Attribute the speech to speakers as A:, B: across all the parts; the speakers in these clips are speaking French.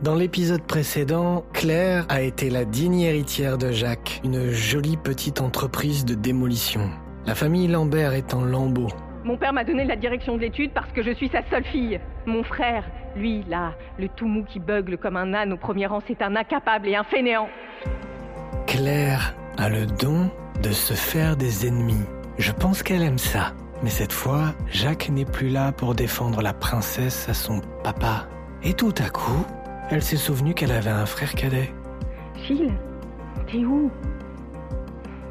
A: Dans l'épisode précédent, Claire a été la digne héritière de Jacques, une jolie petite entreprise de démolition. La famille Lambert est en lambeaux.
B: Mon père m'a donné la direction de l'étude parce que je suis sa seule fille. Mon frère, lui, là, le tout mou qui beugle comme un âne au premier rang, c'est un incapable et un fainéant.
A: Claire a le don de se faire des ennemis. Je pense qu'elle aime ça. Mais cette fois, Jacques n'est plus là pour défendre la princesse à son papa. Et tout à coup, elle s'est souvenue qu'elle avait un frère cadet.
B: Gilles, t'es où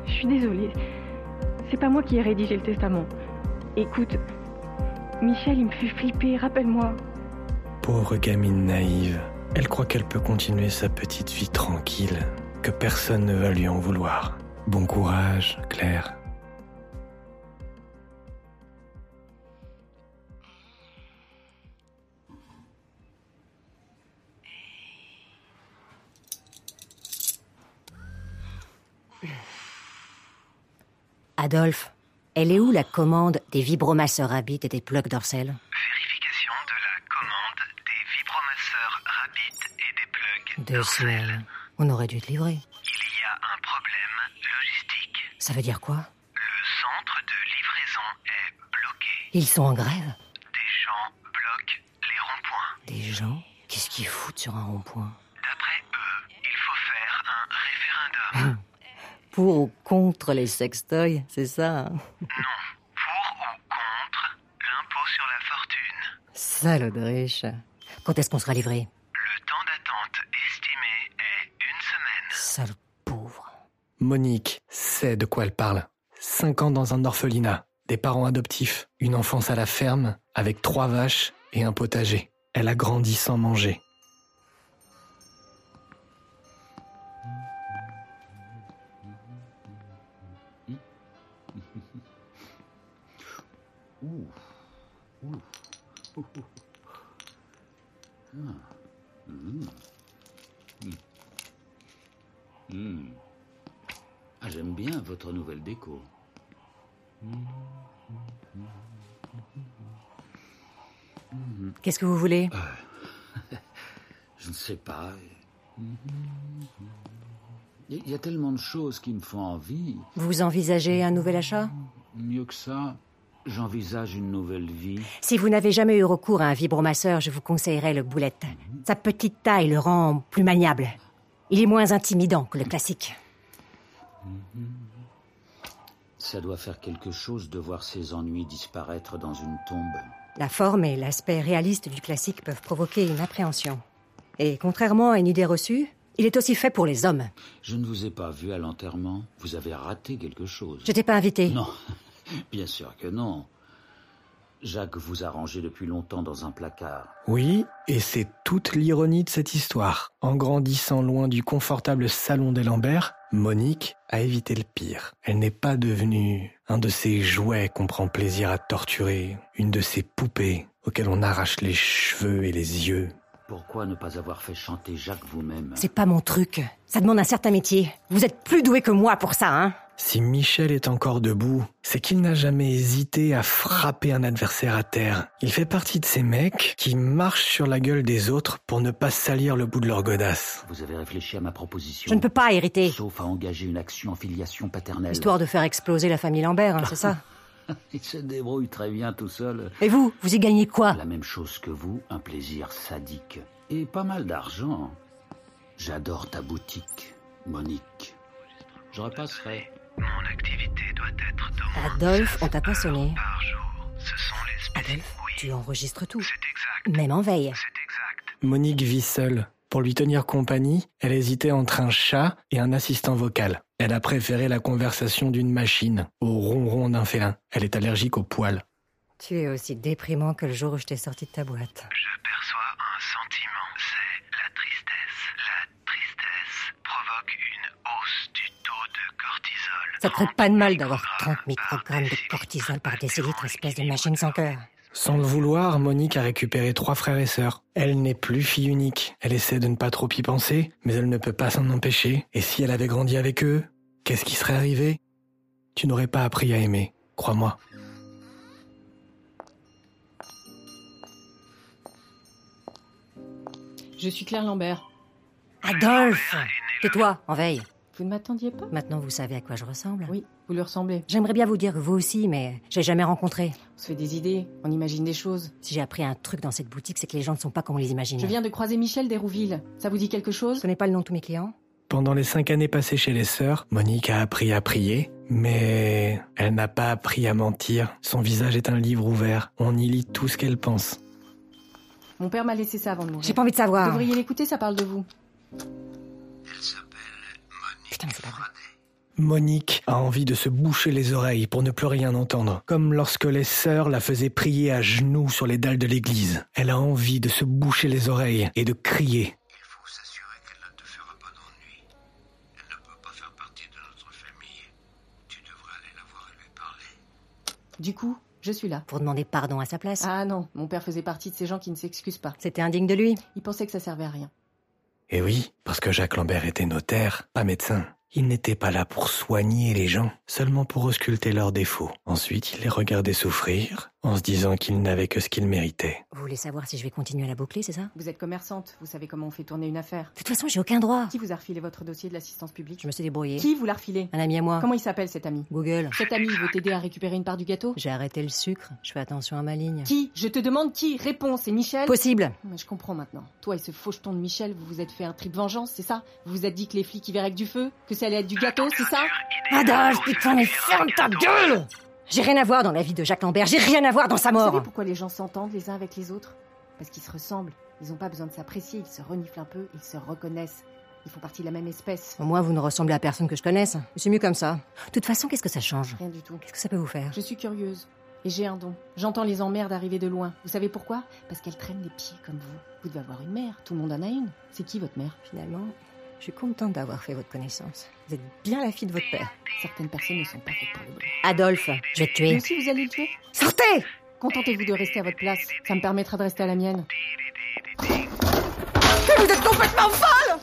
B: Je suis désolée. C'est pas moi qui ai rédigé le testament. Écoute, Michel, il me fait flipper, rappelle-moi.
A: Pauvre gamine naïve, elle croit qu'elle peut continuer sa petite vie tranquille, que personne ne va lui en vouloir. Bon courage, Claire.
C: Adolphe, elle est où la commande des vibromasseurs Rabbit et des plugs d'Orcel
D: Vérification de la commande des vibromasseurs Rabbit et des plugs.
C: Deux semaines. On aurait dû te livrer.
D: Il y a un problème logistique.
C: Ça veut dire quoi
D: Le centre de livraison est bloqué.
C: Ils sont en grève
D: Des gens bloquent les ronds-points.
C: Des gens Qu'est-ce qu'ils foutent sur un rond-point
D: D'après eux, il faut faire un référendum.
C: Pour ou contre les sextoys, c'est ça hein
D: Non. Pour ou contre l'impôt sur la fortune.
C: Salaud de riche. Quand est-ce qu'on sera livré
D: Le temps d'attente estimé est une semaine.
C: Salaud de pauvre.
A: Monique sait de quoi elle parle. Cinq ans dans un orphelinat, des parents adoptifs, une enfance à la ferme, avec trois vaches et un potager. Elle a grandi sans manger.
E: Ah, j'aime bien votre nouvelle déco.
C: Qu'est-ce que vous voulez
E: Je ne sais pas. Il y a tellement de choses qui me font envie.
C: Vous envisagez un nouvel achat
E: Mieux que ça, j'envisage une nouvelle vie.
C: Si vous n'avez jamais eu recours à un vibromasseur, je vous conseillerais le boulette. Sa petite taille le rend plus maniable. Il est moins intimidant que le classique.
E: Ça doit faire quelque chose de voir ces ennuis disparaître dans une tombe.
C: La forme et l'aspect réaliste du classique peuvent provoquer une appréhension. Et contrairement à une idée reçue, il est aussi fait pour les hommes.
E: Je ne vous ai pas vu à l'enterrement. Vous avez raté quelque chose.
C: Je t'ai pas invité.
E: Non, bien sûr que non. Jacques vous a rangé depuis longtemps dans un placard.
A: Oui, et c'est toute l'ironie de cette histoire. En grandissant loin du confortable salon des Lambert, Monique a évité le pire. Elle n'est pas devenue un de ces jouets qu'on prend plaisir à torturer, une de ces poupées auxquelles on arrache les cheveux et les yeux.
E: Pourquoi ne pas avoir fait chanter Jacques vous-même
C: C'est pas mon truc. Ça demande un certain métier. Vous êtes plus doué que moi pour ça, hein
A: Si Michel est encore debout, c'est qu'il n'a jamais hésité à frapper un adversaire à terre. Il fait partie de ces mecs qui marchent sur la gueule des autres pour ne pas salir le bout de leur godasse.
E: Vous avez réfléchi à ma proposition.
C: Je ne peux pas hériter.
E: Sauf à engager une action en filiation paternelle.
C: Histoire de faire exploser la famille Lambert, hein, c'est ça
E: Il se débrouille très bien tout seul.
C: Et vous, vous y gagnez quoi
E: La même chose que vous, un plaisir sadique. Et pas mal d'argent. J'adore ta boutique, Monique. Je repasserai.
D: Mon activité doit être d'au moins
C: Adolphe, on t'a pas sonné.
D: par jour. Ce sont les spécifiques.
C: Adolphe, tu enregistres tout,
D: C'est exact,
C: même en veille.
D: c'est exact.
A: Monique vit seule. Pour lui tenir compagnie, elle hésitait entre un chat et un assistant vocal. Elle a préféré la conversation d'une machine au ronron d'un félin. Elle est allergique aux poils.
C: Tu es aussi déprimant que le jour où je t'ai sorti de ta boîte.
D: Je perçois un sentiment. C'est la tristesse. La tristesse provoque une hausse du taux de cortisol.
C: Ça te ferait pas de mal d'avoir 30 microgrammes de cortisol par décilitre, espèce de machine sans cœur.
A: Sans le vouloir, Monique a récupéré trois frères et sœurs. Elle n'est plus fille unique. Elle essaie de ne pas trop y penser, mais elle ne peut pas s'en empêcher. Et si elle avait grandi avec eux, qu'est-ce qui serait arrivé Tu n'aurais pas appris à aimer, crois-moi.
B: Je suis Claire Lambert.
C: Adolphe Tais-toi, en veille.
B: Vous ne m'attendiez pas
C: Maintenant, vous savez à quoi je ressemble
B: Oui, vous lui ressemblez.
C: J'aimerais bien vous dire que vous aussi, mais j'ai jamais rencontré.
B: On se fait des idées, on imagine des choses.
C: Si j'ai appris un truc dans cette boutique, c'est que les gens ne sont pas comme on les imagine.
B: Je viens de croiser Michel d'Hérouville. Ça vous dit quelque
C: Je
B: chose
C: connais pas le nom de tous mes clients.
A: Pendant les cinq années passées chez les sœurs, Monique a appris à prier, mais elle n'a pas appris à mentir. Son visage est un livre ouvert, on y lit tout ce qu'elle pense.
B: Mon père m'a laissé ça avant de
C: J'ai
B: mourir.
C: pas envie de
B: Vous
C: savoir.
B: devriez l'écouter, ça parle de vous.
C: Putain, mais c'est pas vrai.
A: Monique a envie de se boucher les oreilles pour ne plus rien entendre, comme lorsque les sœurs la faisaient prier à genoux sur les dalles de l'église. Elle a envie de se boucher les oreilles et de crier.
D: Il faut s'assurer qu'elle ne te fera pas d'ennui. Elle ne peut pas faire partie de notre famille. Tu devrais aller la voir et lui parler.
B: Du coup, je suis là.
C: Pour demander pardon à sa place.
B: Ah non, mon père faisait partie de ces gens qui ne s'excusent pas.
C: C'était indigne de lui.
B: Il pensait que ça servait à rien.
A: Et Eh oui, parce que Jacques Lambert était notaire, pas médecin. Il n'était pas là pour soigner les gens, seulement pour ausculter leurs défauts. Ensuite, il les regardait souffrir, en se disant qu'ils n'avaient que ce qu'ils méritaient.
C: Vous voulez savoir si je vais continuer à la boucler, c'est ça
B: Vous êtes commerçante, vous savez comment on fait tourner une affaire.
C: De toute façon, j'ai aucun droit.
B: Qui vous a refilé votre dossier de l'assistance publique
C: Je me suis Ah. débrouillée.
B: Qui vous l'a refilé
C: Un ami à moi.
B: Comment il s'appelle cet ami
C: Google.
B: Cet ami veut t'aider à récupérer une part du gâteau
C: J'ai arrêté le sucre. Je fais attention à ma ligne.
B: Qui Je te demande qui Réponse, c'est Michel
C: Possible.
B: Mais je comprends maintenant. Toi et ce faucheton de Michel, vous vous êtes fait un trip vengeance, c'est ça Vous vous êtes dit que les flics y verraient que du feu Que ça allait être du gâteau, c'est ça
C: Adolphe, putain, mais ferme ta gueule J'ai rien à voir dans la vie de Jacques Lambert, j'ai rien à voir dans sa
B: Vous
C: mort
B: savez pourquoi les gens s'entendent les uns avec les autres Parce qu'ils se ressemblent. Ils n'ont pas besoin de s'apprécier, ils se reniflent un peu, ils se reconnaissent. Ils font partie de la même espèce.
C: Au moins, vous ne ressemblez à personne que je connaisse. C'est mieux comme ça. De toute façon, qu'est-ce que ça change
B: Rien du tout.
C: Qu'est-ce que ça peut vous faire
B: Je suis curieuse. Et j'ai un don. J'entends les emmerdes arriver de loin. Vous savez pourquoi Parce qu'elles traînent les pieds comme vous. Vous devez avoir une mère. Tout le monde en a une. C'est qui votre mère
C: Finalement, je suis contente d'avoir fait votre connaissance. Vous êtes bien la fille de votre père.
B: Certaines personnes ne sont pas faites pour le bruit.
C: Adolphe, je vais te
B: Et
C: tuer.
B: aussi, vous allez le tuer
C: Sortez
B: Contentez-vous de rester à votre place. Ça me permettra de rester à la mienne.
C: Vous êtes complètement folle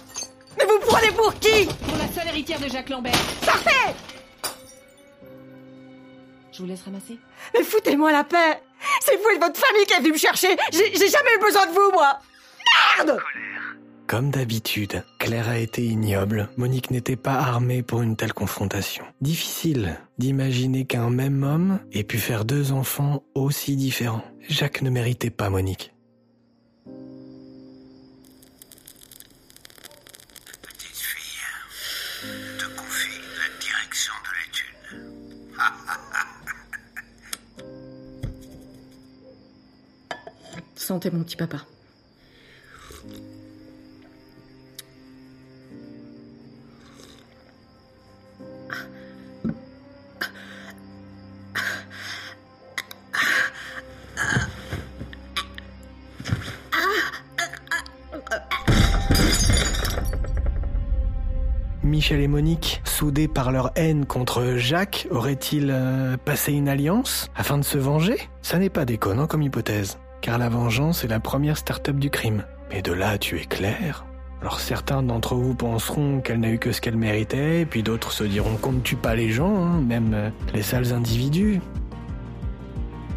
C: Mais vous prenez pour qui
B: Pour la seule héritière de Jacques Lambert. Sortez Je vous laisse ramasser.
C: Mais foutez-moi la paix C'est vous et votre famille qui avez venu me chercher J'ai j'ai jamais eu besoin de vous, moi Merde
A: Comme d'habitude, Claire a été ignoble. Monique n'était pas armée pour une telle confrontation. Difficile d'imaginer qu'un même homme ait pu faire deux enfants aussi différents. Jacques ne méritait pas Monique.
D: Petite fille, je te confie la direction de l'étude.
B: Sentez mon petit papa.
A: Michel et Monique, soudés par leur haine contre Jacques, auraient-ils euh, passé une alliance afin de se venger Ça n'est pas déconnant comme hypothèse, car la vengeance est la première start-up du crime. Mais de là à tuer Claire Alors certains d'entre vous penseront qu'elle n'a eu que ce qu'elle méritait, puis d'autres se diront qu'on ne tue pas les gens, hein, même euh, les sales individus.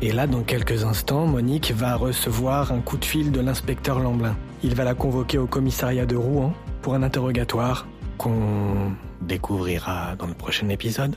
A: Et là, dans quelques instants, Monique va recevoir un coup de fil de l'inspecteur Lamblin. Il va la convoquer au commissariat de Rouen pour un interrogatoire qu'on découvrira dans le prochain épisode.